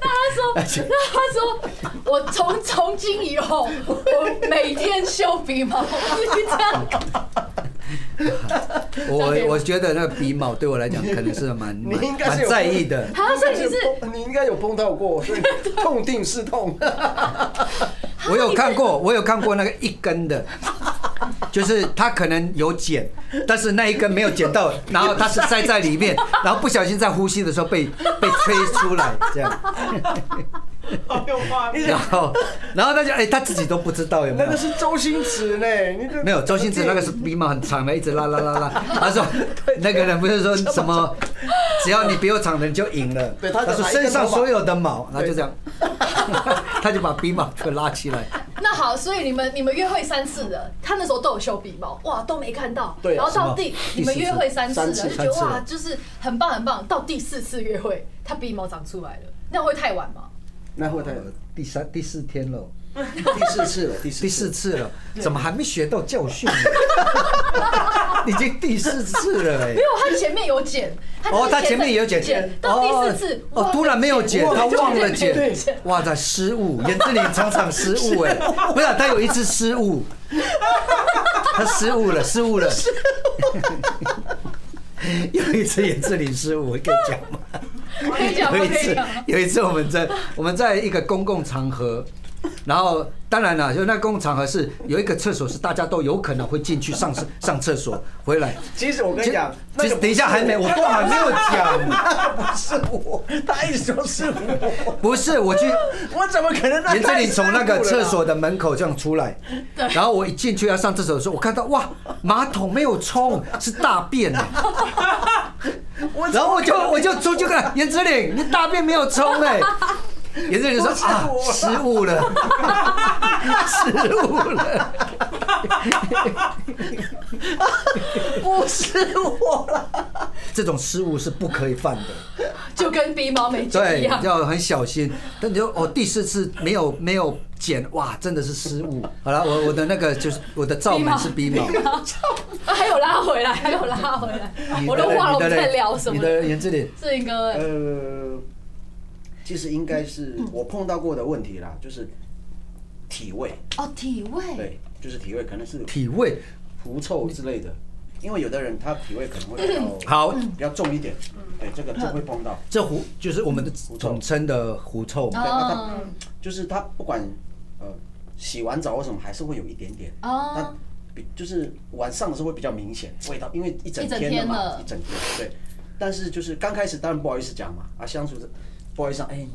他说，那他说，我从 从今以后，我每天修鼻毛，你这样
我
这样可以吗
我觉得那个鼻毛对我来讲可能是蛮
你
蛮
应该是
蛮
有
在意 的。
啊所以你是
你应该有碰到过，所以痛定思痛。
我有看过，我有看过那个一根的，就是他可能有剪，但是那一根没有剪到，然后它是塞在里面，然后不小心在呼吸的时候被被推出来这样，
好有画面。
然后然后他就哎、他自己都不知道有没
那
有
个。是周星驰呢，你这
没有，周星驰那个是鼻毛很长的，一直拉拉拉拉。他说那个人不是说什么，只要你比我长的你就赢了。
对他
他
就
说
拿一根
身上
头发
所有的毛，他就这样， 他就把鼻毛给拉起来。
那好，所以你们你们约会三次的，他那时候都有修鼻毛，哇，都没看到。
对啊
然后到第
是吗
你们约会三次
第四
了，
次
就觉
三
得
次
哇，就是很棒很棒。到第四次约会，他鼻毛长出来了，那会太晚吗？
那后台
第三、第四天了，
第四次了，第四
第四次了，怎么还没学到教训呢？已经第四次了哎
没。有，他前面有剪，
哦，
就是
他前面也有剪
剪，到第四次
哦，哦突然没有剪，他忘了
对
剪，哇塞，失误，严志玲常常失误哎，不是啊，他有一次失误，他失误了，失误了， 有一次严志玲失误，我可以讲吗？
可以讲吗？
有一
可以
次
讲吗。，
有一次我们在我们在一个公共场合，然后当然了，就那公共场合是有一个厕所是大家都有可能会进去上上厕所回来。
其实我跟你讲，
其
那
实
个
等一下还没，我都还没有 讲。
不是我，他一直说是我，
不是，我去
我怎么可能？
严正林从那个厕所的门口这样出来，然后我一进去要上厕所的时候，我看到哇，马桶没有冲，是大便呢。然 后我就我就出去看严志玲，你大便没有冲 哎、严志玲说啊，失误了，失误 了，
不是我了，
这种失误是不可以犯的。
就跟鼻毛没剪
对
一样，。
要很小心。但你就哦，第四次没有没有剪，哇，真的是失误。好了，我我的那个就是我的罩门是鼻毛，
啊，还有拉回来，还有拉回来，
你
我
的
都忘了我
你的
们
嘞
在聊什
你
么了。
的颜值点
志英哥，哎
呃，其实应该是我碰到过的问题啦，就是体味，
哦，体味，
对，就是体味，可能是
体味
狐臭之类的，因为有的人他体味可能会比较
好，
比较重一点，对，这个就会碰到，
这狐就是我们的
狐臭
统称的狐臭哎嘛。
哦，
就是他不管呃洗完澡或什么，还是会有一点点，那
哦，
比就是晚上的时候会比较明显味道，因为一整
一整
天的
天
嘛，
了
一整天对。但是就是刚开始当然不好意思讲嘛，啊相处着不好意思讲，哎、你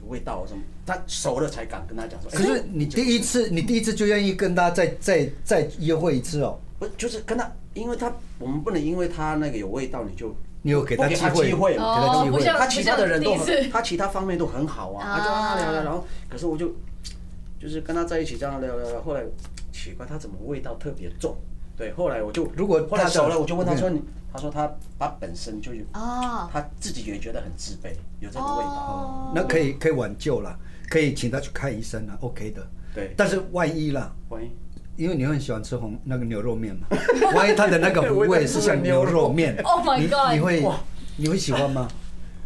有味道啊什么，他熟了才敢跟他讲说。哎
可是你第一次，你第一次就愿意跟他再再再约会一次哦，
不就是跟他，因为他我们不能因为他那个有味道你就
你有给他
不给
机
他
会，
机会
给
嘛
他机
哦不
会
像。
他其他的人都
不像第一
很，
次
他其他方面都很好啊，他
啊
就跟他聊聊，然后可是我就就是跟他在一起这样聊聊聊，后来奇怪他怎么味道特别重，对，后来我就
如果
后来
他的
熟了，我就问他说
嗯
你，他说他他本身就有，
哦，
他自己也觉得很自卑，有这个味道，
哦
那可以可以挽救啦，可以请他去看医生啦，OK 的。
对，
但是万一啦，
喂，
因为你很喜欢吃红那个牛肉面嘛， 万一它的那个糊味是像牛肉面
Oh my
你
God
你会
哇
你会喜欢吗？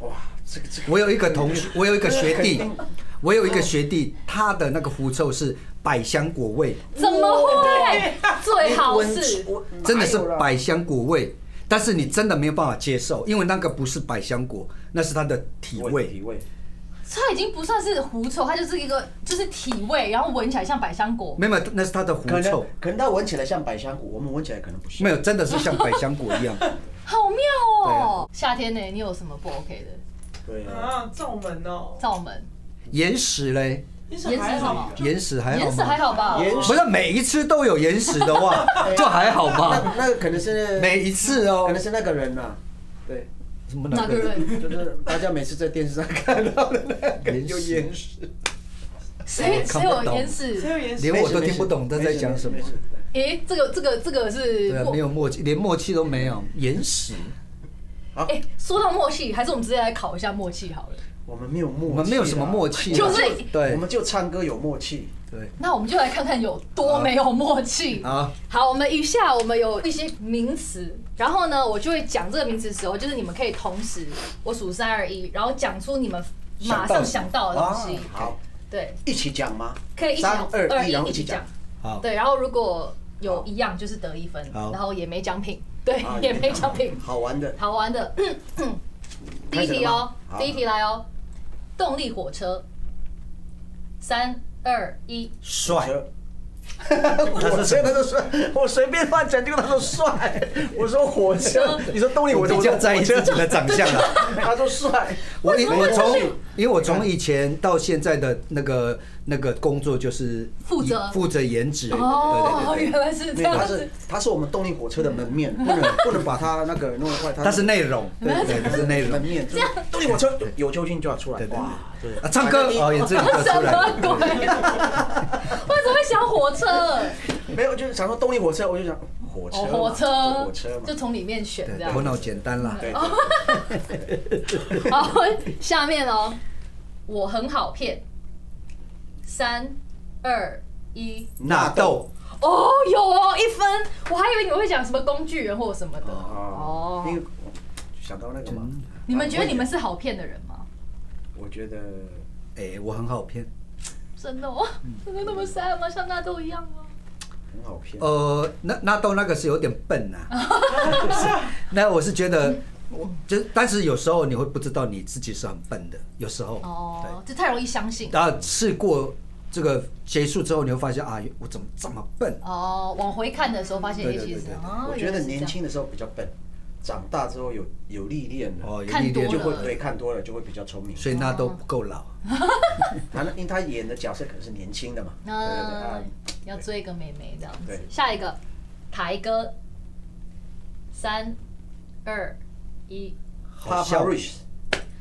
哇，这个这个
我有一个 同学，我有一个学弟
这个肯定，
我有一个学弟，他的那个狐臭是百香果味，
怎么 会？
哎
最好
闻
是
出
真的是
哪有啦
百香果味，但是你真的没有办法接受，因为那个不是百香果，那是它的体
体
味。
味，
它已经不算是狐臭，它就是一个就是体味，然后闻起来像百香果。
没有，没有那是它的狐
可能
臭，
可能他闻起来像百香果，我们闻起来可能不像，
没有，真的是像百香果 一样。
好妙哦！夏天呢，你有什么不 OK 的？
对啊，
啊，这种门哦，
罩门、
岩石嘞，
岩石还好，
岩石还好吗？
岩石还好吧？啊
岩
不是每一次都有岩石的 话，就还好吧。
那那个可能是
每一次哦，
可能是那个人呐，对，
什么
哪个？人？
就是大家每次在电视上看到的那个有岩石，
谁
看
谁
不
有
懂
岩
这
石？
有岩石
连我都听不懂他在讲什么
没。事
诶，这个这个这个是
对啊，
过
没有默契，连默契都没有。岩石，
好
哎、，说到默契，还是我们直接来考一下默契好了。
我们没有默契，
我们没有什么默，契啊，
就是
我
对
们就唱歌有默契，
对
那我们就来看看有多没有默契。
啊，
好，我们以下我们有一些名词，然后呢，我就会讲这个名词的时候，就是你们可以同时我数三二一，然后讲出你们马上想到的东西。
啊好，
对，
一起讲吗？
可以一起
三
讲
二
二
一，然后
一
一起
起
讲
讲。。
好，
对，然后如果有一样就是得一分，
好
然后也没奖品，对
啊，
也没奖品。
好玩的，
好 玩的，第
开
一
始了吗
题哦，
好
第一题来哦，动力火车，三二一，
帅，
车火车他都帅，我随便乱讲，结果他说帅。我说火车，你说动力火车，
比较在意自己的长相了。
他说帅，
我
为什么
我
会
从
这样
因为我从以前到现在的那个那个工作就是
负责
以负责颜值，对
哦，
对对
原
对，
来是这
没有，
样
他
子
是。他是我们动力火车的门面，不能不能把他那个弄坏。
它是内容，对对对，它是 内容
门。面，就是动力火车有究竟就要出来
对对对
哇，对
啊，唱歌哦，也是一个
什
出
么
来。
鬼？ 为什么会想火车？
没有，就是想说动力火车，我就想火车
哦
嘛，，
火车，
火车嘛
就，哦从里面选这
对，
样
头。脑简单啦。
对，
好， 下面哦，我很好骗。三、二、一，
纳豆，
哦，有哦，一分。我还以为你们会讲什么工具人或什么的。
哦
哦，
因为我想到那个嘛，
你们觉得你们是好骗的人吗？
我觉得
哎，我很好骗。
真的哦，真的那么sad 吗？像纳豆一样啊吗？
很好骗。
哦
呃，那纳豆那个是有点笨 呐、
啊
那我是觉得，我就是，但是有时候你会不知道你自己是很笨的，有时候。
哦，这太容易相信
对。。然后试过这个结束之后，你会发现啊，我怎么这么笨？
哦，往回看的时候发现，
对
哎，
对
其实
对对对
啊，
我觉
原来
得
是这样
年轻的时候比较笨，长大之后有有历练了，
哦，有
看
历练
多
就
就
会
会，
了哦
对看多了就会比较聪明。
所以纳豆不够老。
他那因为他演的角色可能是年轻的嘛，对
嗯
对对
那
啊，
要追一个妹妹这样子
对。
下一个，台哥，三、二、一
好笑
Papa Rich。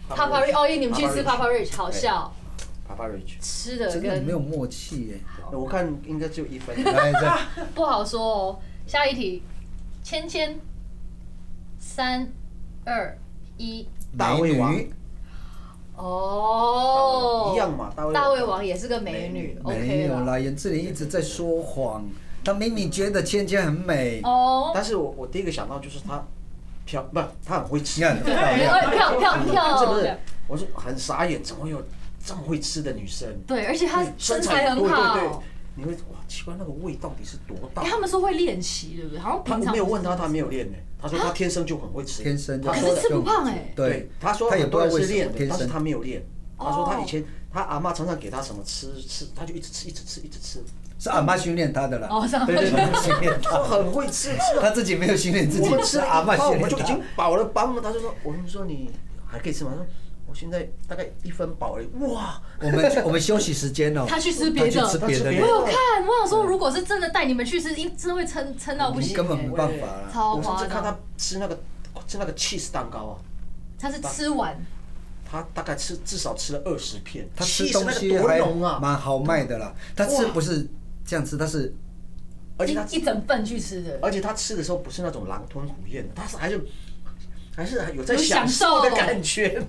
，Papa Rich，哦，因为你们去吃 Papa Rich，好笑，
Papa Rich，
吃的
真的没有
跟
默契耶。
那我看应该只有一 分。
来， 这
不好说哦。下一题，芊芊，三、二、一，
大
美
胃王
女，
哦，
一样嘛大胃王
大胃王也是个美女
没
，OK
有
了。
啦，严志玲一直在说谎。她明明觉得芊芊很美，
哦，
但是我我第一个想到就是他漂，不，他很会吃
你。看很漂
哎
亮。
漂漂
不是
漂
不是
亮，，
我是很傻眼，怎么会有这么会吃的女生？
对，而且她
对
身材很
对
好。
对对，你会哇，奇怪那个胃到底是多大
哎、？他们说会练习，对不对？好像
他我
平常
没有
不是
问他，他没有练呢。他说他天生就很会吃，
天生就
他
可
说
是
的
吃不胖哎、
对，
他说
他也
很
不
多
知
人
道为
是
什
练
么
的，
天
但是
生
他没有练。他说他以
哦
前他阿妈常常给他什么吃吃，他就一直吃一直吃一直
哦
吃，
是阿妈训练她的啦。
哦是阿嬷
对对对，训练
说
她，
很会吃吃
她
了。
自己没有训练自己
我们，吃
是
了
阿
一
妈
包，我
训
们就已经
练
饱了饱了。他就说，我们说你还可以吃吗？他说我现在大概一分饱了。哇，
她。我们我们休息时间哦，
他去吃别的
她去吃别的
她吃别的
我
料，
有看，我想说，如果是真的带你们去吃，一真的会撑撑到
我
不
们
行、
根本
哎
没办法啦。
超
欸我上
夸
次看他
张。
吃那个吃那个 cheese 蛋糕啊，
他是吃完，
他大概吃至少吃了二十片，
她吃
cheese
东
那个
西
多
还
浓啊，
蛮好卖的啦，她吃
哇
不是这样吃，她是
而且他
一一整份去吃的，
而且他吃的时候不是那种狼吞虎咽的，他是还是还是有在
有
享
享受
受的感觉。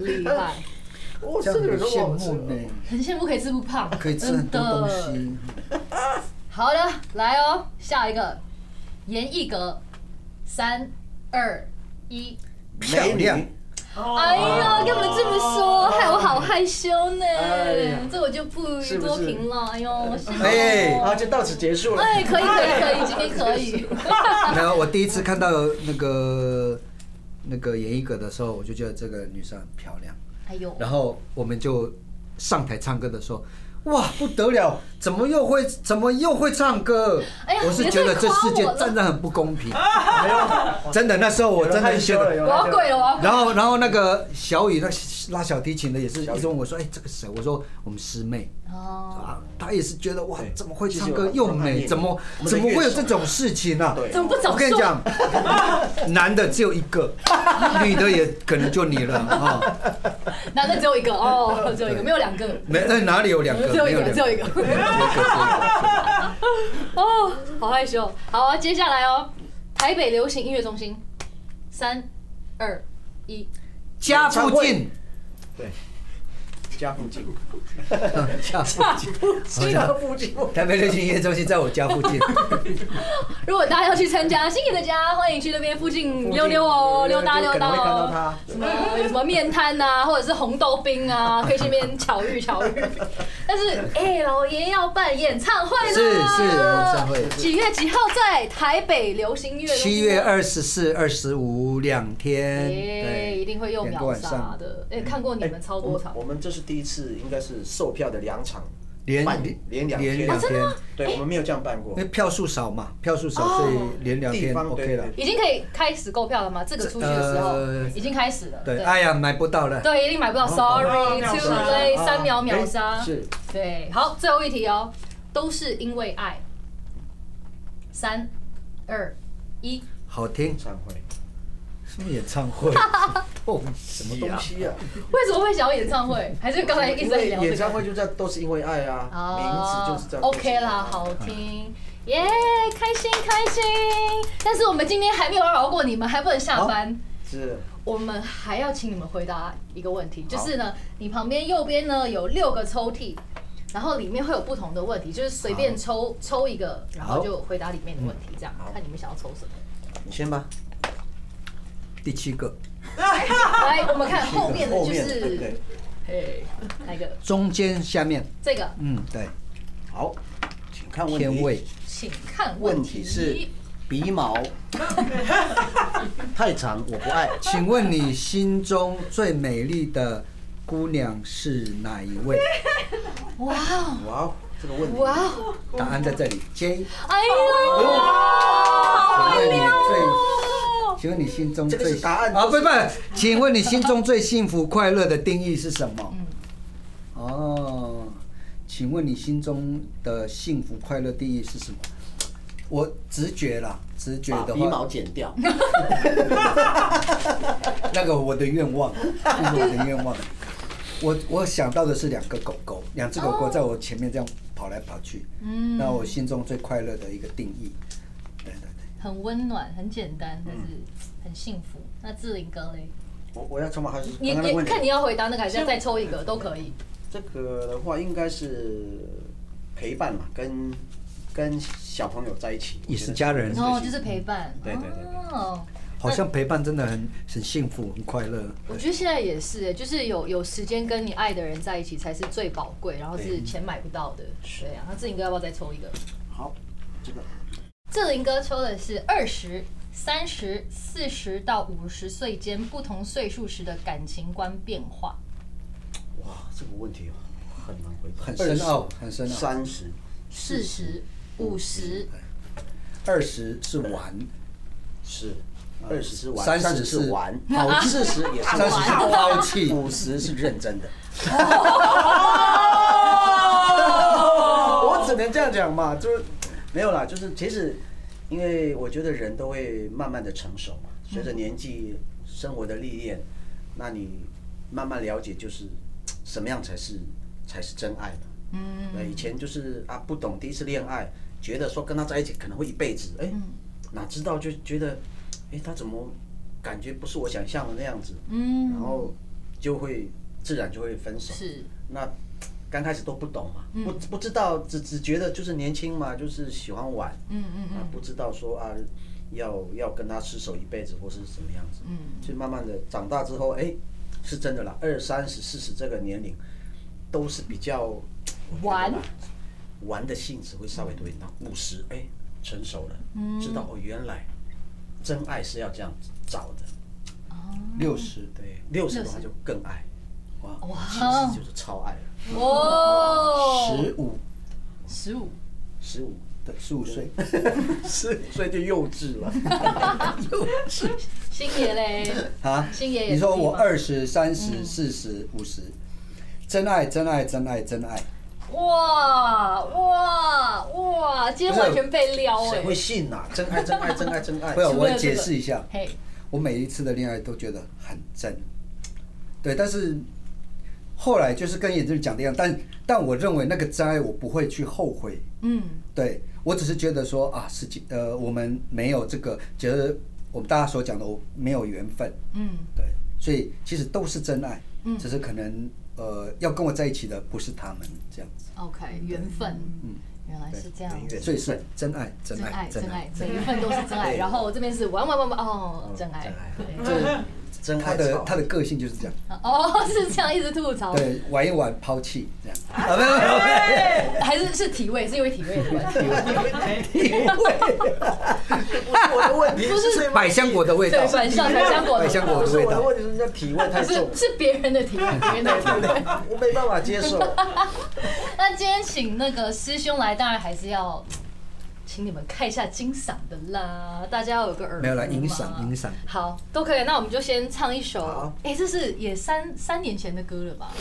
厉害，
我
这
真
样
的有
很
时候
羡
我吃
慕呢，
啊
很羡慕可以吃不胖，
可以吃很多东
真的
西。
好的，来哦，下一个，严艺格，三二一。
漂亮
美女
哦
哎呀，干嘛这么说？害我好害羞呢
哎呀。
这我就不
是不
多
是
评了。哎呦，谢谢
哎
哦。
好，就到此结束了。
哎，可以可以可以，今天可以。
没有，我第一次看到那个那个严艺格的时候，我就觉得这个女生很漂亮。
哎呦，
然后我们就上台唱歌的时候，哇，不得了，怎么又会怎么又会唱歌？
哎呀
我是觉得这世界
你在夸我了
真的很不公平，
没有，
真的那时候我真的觉得。
有
我要跪了，我要跪了。
然 后，然后那个小雨，那拉小提琴的也是一直问我说：“哎，这个谁？”我说：“我们师妹
哦，
啊。”她也是觉得哇
对，
怎么会
其实
唱
有
歌
很多
又
暗恋
美，
的
怎么
我们的
怎么会有
乐手
这种事情啊？
对
怎么不早
我跟你
说？
讲，男的只有一 个，女的也可能就你了啊、
男的只有一个哦，只有一个，
对
没有两个。
没，那哪里有两个？
只有一个
没两
只有一个
只有一个
哦，好害羞。好啊，接下来哦，台北流行音乐中心，三二一，
家附近，
对，家附近，
家附近，
家附近，
台北流行音乐中心在我家附 近。
如果大家要去参加星野的家，欢迎去那边附近溜溜哦，溜达溜
可
达
能会看到
哦。
他。
什么有什么面摊啊， 或者是红豆冰啊，可以去那边巧遇巧遇。 但是，哎、老爷要办演唱会
是
了，
是演唱会
几月几号在台北流行乐中心？
七月二十四、二十五两天，
耶，
对，
一定会又
两个
秒
晚
杀
上。
的。哎、看过你们超
我
多
们
场
我，们这是第一次，应该是售票的两场
连
半连两
连
天
哦
两天，
哎
对，我们没有这样办过
因为。票数少嘛，票数少，
哦
所以连两
地
天
方
OK
对
了。
已经可以开始购票了吗？这个出去的时
呃
候已经开始了。
对，哎呀，买不到了。
对，一定买不到。
哦
Sorry,
秒
too
杀
late，
啊
三秒秒杀
哎。是
对，好，最后一题哦，都是因为爱。三、二、一，
好听，
忏悔，
什么演唱 会？哦，什
什么东？西啊？
为什么会想要演唱会？还是 刚才一直
因
在
为
聊这
演唱
个？
会就叫都是因为爱啊，名字就是嗯叫
哦 OK 啦，好听，耶、开心开心。但是我们今天还没有饶过你们，还不能下班。
是
我们还要请你们回答一个问题，就是呢，你旁边右边呢有六个抽屉，然后里面会有不同的问题，就是随便抽抽一个，然后
好
就回答里面的问题，这样
好
看你们想要抽什么。
你先吧。
第七个，
哦
来，我们看啊后面的
后
就
面对对
是，，哎，哪一个？
中间下面，
这个，
嗯，对，
好，请看问
天
题
位。，
请看问
问
题
题是鼻毛太长，我 不爱。
请问你心中最美丽的姑娘是哪一位？
哇哦，
哇哦，这个问题
哇哦，
答案在这里。J，
哎呦，好
请
哎
美
问
丽
你最，
哦！
请问你心中
这个
最
是答案
啊？不不，请问你心中最幸福快乐的定义是什么？
嗯
哦，请问你心中的幸福快乐定义是什么？我直觉啦，直觉
把
的
鼻毛
话，
剪 掉，
那个我的愿望，那是我的愿望。我我想到的是两个狗狗，两只狗狗在我前面这样跑来跑去。
哦嗯
那我心中最快乐的一个定义。对对对，
很温暖，很简单，但是很幸福。那志玲哥嘞？
我我要重复还是
你
刚刚的
你
问
看你
题？
要回答那个，还是要再抽一个都可以。
这个的话应该是陪伴嘛，跟跟小朋友在一起
也是家人
然后哦就是陪伴。
对对对对
哦，
好像陪伴真的很很幸福，很快乐。
我觉得现在也是，就是有有时间跟你爱的人在一起才是最宝贵，然后是钱买不到的。对啊，那志玲哥要不要再抽一个？
好，这个
志玲哥抽的是二十三十四十到五十岁间不同岁数时的感情观变化。
哇，这个问题很难回答，
很深奥很深奥
三十，
四十、五十、
二十是玩，
是，二十是玩，
30
30
是
是玩，好，四十也是
三十是
玩，
抛弃，
五十是认真的。我只能这样讲嘛，就是没有啦，就是其实，因为我觉得人都会慢慢的成熟嘛，随着年纪、生活的历练，那你慢慢了解就是什么样才是才是真爱嘛。
嗯
对，以前就是啊不懂，第一次恋爱，觉得说跟他在一起可能会一辈子，哎、哪知道就觉得，哎、他怎么感觉不是我想象的那样子，
嗯，
然后就会自然就会分手。
是嗯
那刚开始都不懂嘛，不不知道，只只觉得就是年轻嘛，就是喜欢玩，
嗯嗯
啊，不知道说啊，要要跟他厮守一辈子或是什么样子，
嗯，
就慢慢的长大之后，哎，是真的啦，二三十、四十这个年龄，都是比较我觉得
玩
啦玩的性质会稍微多一点，五十哎成熟了，
嗯
知道哦，原来真爱是要这样子找的，
嗯
六十
对，六十的话就更爱，哇，
哇
七十就是超爱了，
哦，
十五
十五，
十五。
对十五岁，
是，所以就幼稚了。
星爷嘞，
啊
星爷也是
你说我
吗
二十三
嗯
十四十五十，真爱真爱真爱真爱，
哇哇哇，今天完全被撩哎、
谁会信呐、真爱，真爱，真爱，真爱
不。要
除了
我
这个
解释一下，
嘿，
我每一次的恋爱都觉得很真，对，但是后来就是跟眼镜讲的一样，但但我认为那个真爱我不会去后悔，
嗯
对我只是觉得说啊，时间呃，我们没有这个，觉得我们大家所讲的我没有缘分，
嗯
对，所以其实都是真爱，
嗯
只是可能呃要跟我在一起的不是他们这样子，
，OK，缘分，原来是这样。
对
所以是真爱，真
真爱，
爱，
真爱，哦
真
每一份都是真爱。然后这边是玩玩玩玩，哦，真爱，对，
这
真
他
爱
的
吵，
他的个性就是这样，
哦， 是这样一直吐槽，
对，玩一玩抛弃这样，啊没有没有没
还是是体味，是因为 体味的问题。
有不会，
不是我的问题，
不是
所以
百香果的味道
对，，晚上百香果
百香果
不
的
是
味
我的
道，
问题，是人家体味太
是
重，
是别人的体味，别人的体味。
我没办法接受。
那今天请那个师兄来，当然还是要请你们看一下金嗓的啦，大家要有个耳福嘛
没有啦银嗓银嗓
好，都可以。那我们就先唱一首
好，
哎、这是也三三年前的歌了吧？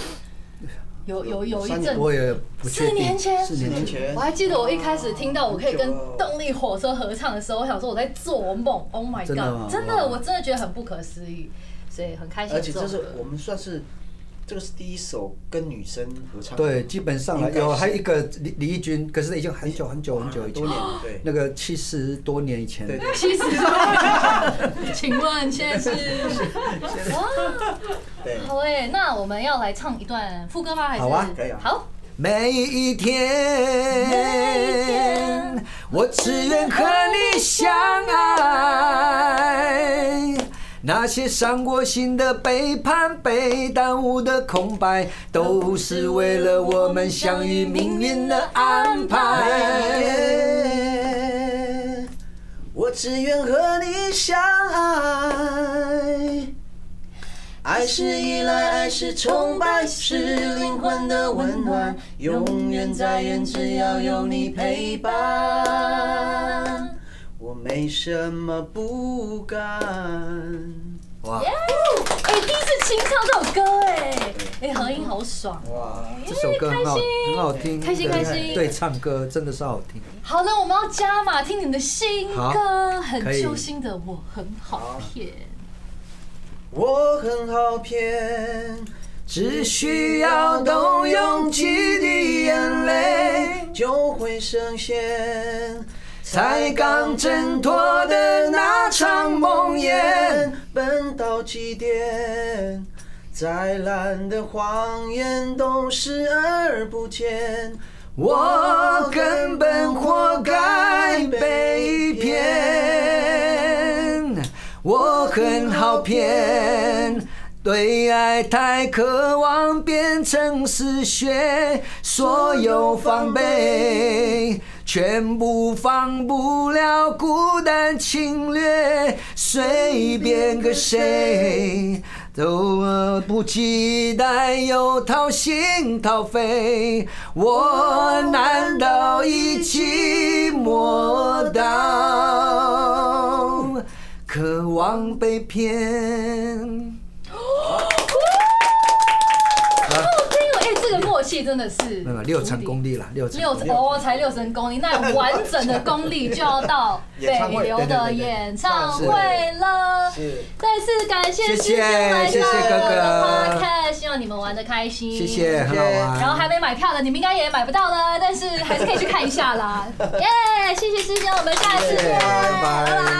有有有一
三
阵
年，
我也不确定。
四年前
四
四
年
年
前，
前
我，还记得我一开始听到我可以跟
很久哦
动力火车合唱的时候，我想说我在做梦，Oh my
真的吗
god！真
哇
的，我真的觉得很不可思议，所以很开心
而
有
且
首歌。
这是我们算是这个是第一首跟女生合唱的，
对，基本上啊
应该
有
是
还有一个李李翊君，可是已经很久很久很久以
很
前
多，年了，对
那个七十多年以前，
对对，
七十， 请问现在是哇，
对，
好诶、那我们要来唱一段副歌吗？还是
好啊
可以啊
好
每一天，我只愿和你相爱。那些伤过心的背叛、被耽误的空白，都是为了我们相遇命运的安排。
我只愿和你相爱。爱是依赖，爱是崇拜，是灵魂的温暖，永远在远，只要有你陪伴，我没什么不敢。
哇，
哎、第一次清唱这首歌哎、哎、合音好爽。
哇，
这首歌很好，很好听，
哎开心
对
开心
对，唱歌真的是好听。
好的，我们要加码听你们的新歌，
好
很
可以
揪心的，我很好骗。
我很好骗，
只需
只
要
要
动
动
用
用
几
几
滴
滴
眼
眼
泪
泪，，就会深陷。
才刚挣脱的那场梦魇。，
笨到极点。再烂的谎言都视而不见，
我根本活该被骗，我很好骗。对爱太渴望，变成嗜血，所有防备全部防不了孤单侵略，随便个谁。都不期待又掏心掏肺，我难道一寂寞到渴望被骗？
好听哦，哎、这个默契真的是
没有六成功力了，六成
六哦，才六成功力， 那完整的功力就要到北
演唱会
流的演唱会了。
是
再次感
谢
谢师兄
谢
来
谢
到
谢哥
我的
哥
podcast，希望你们玩的开心。
谢谢，很好玩。
然后还没买票的，你们应该也买不 到了，但是还是可以去看一下啦。耶，谢谢师兄，我们下次
谢谢
见，
拜拜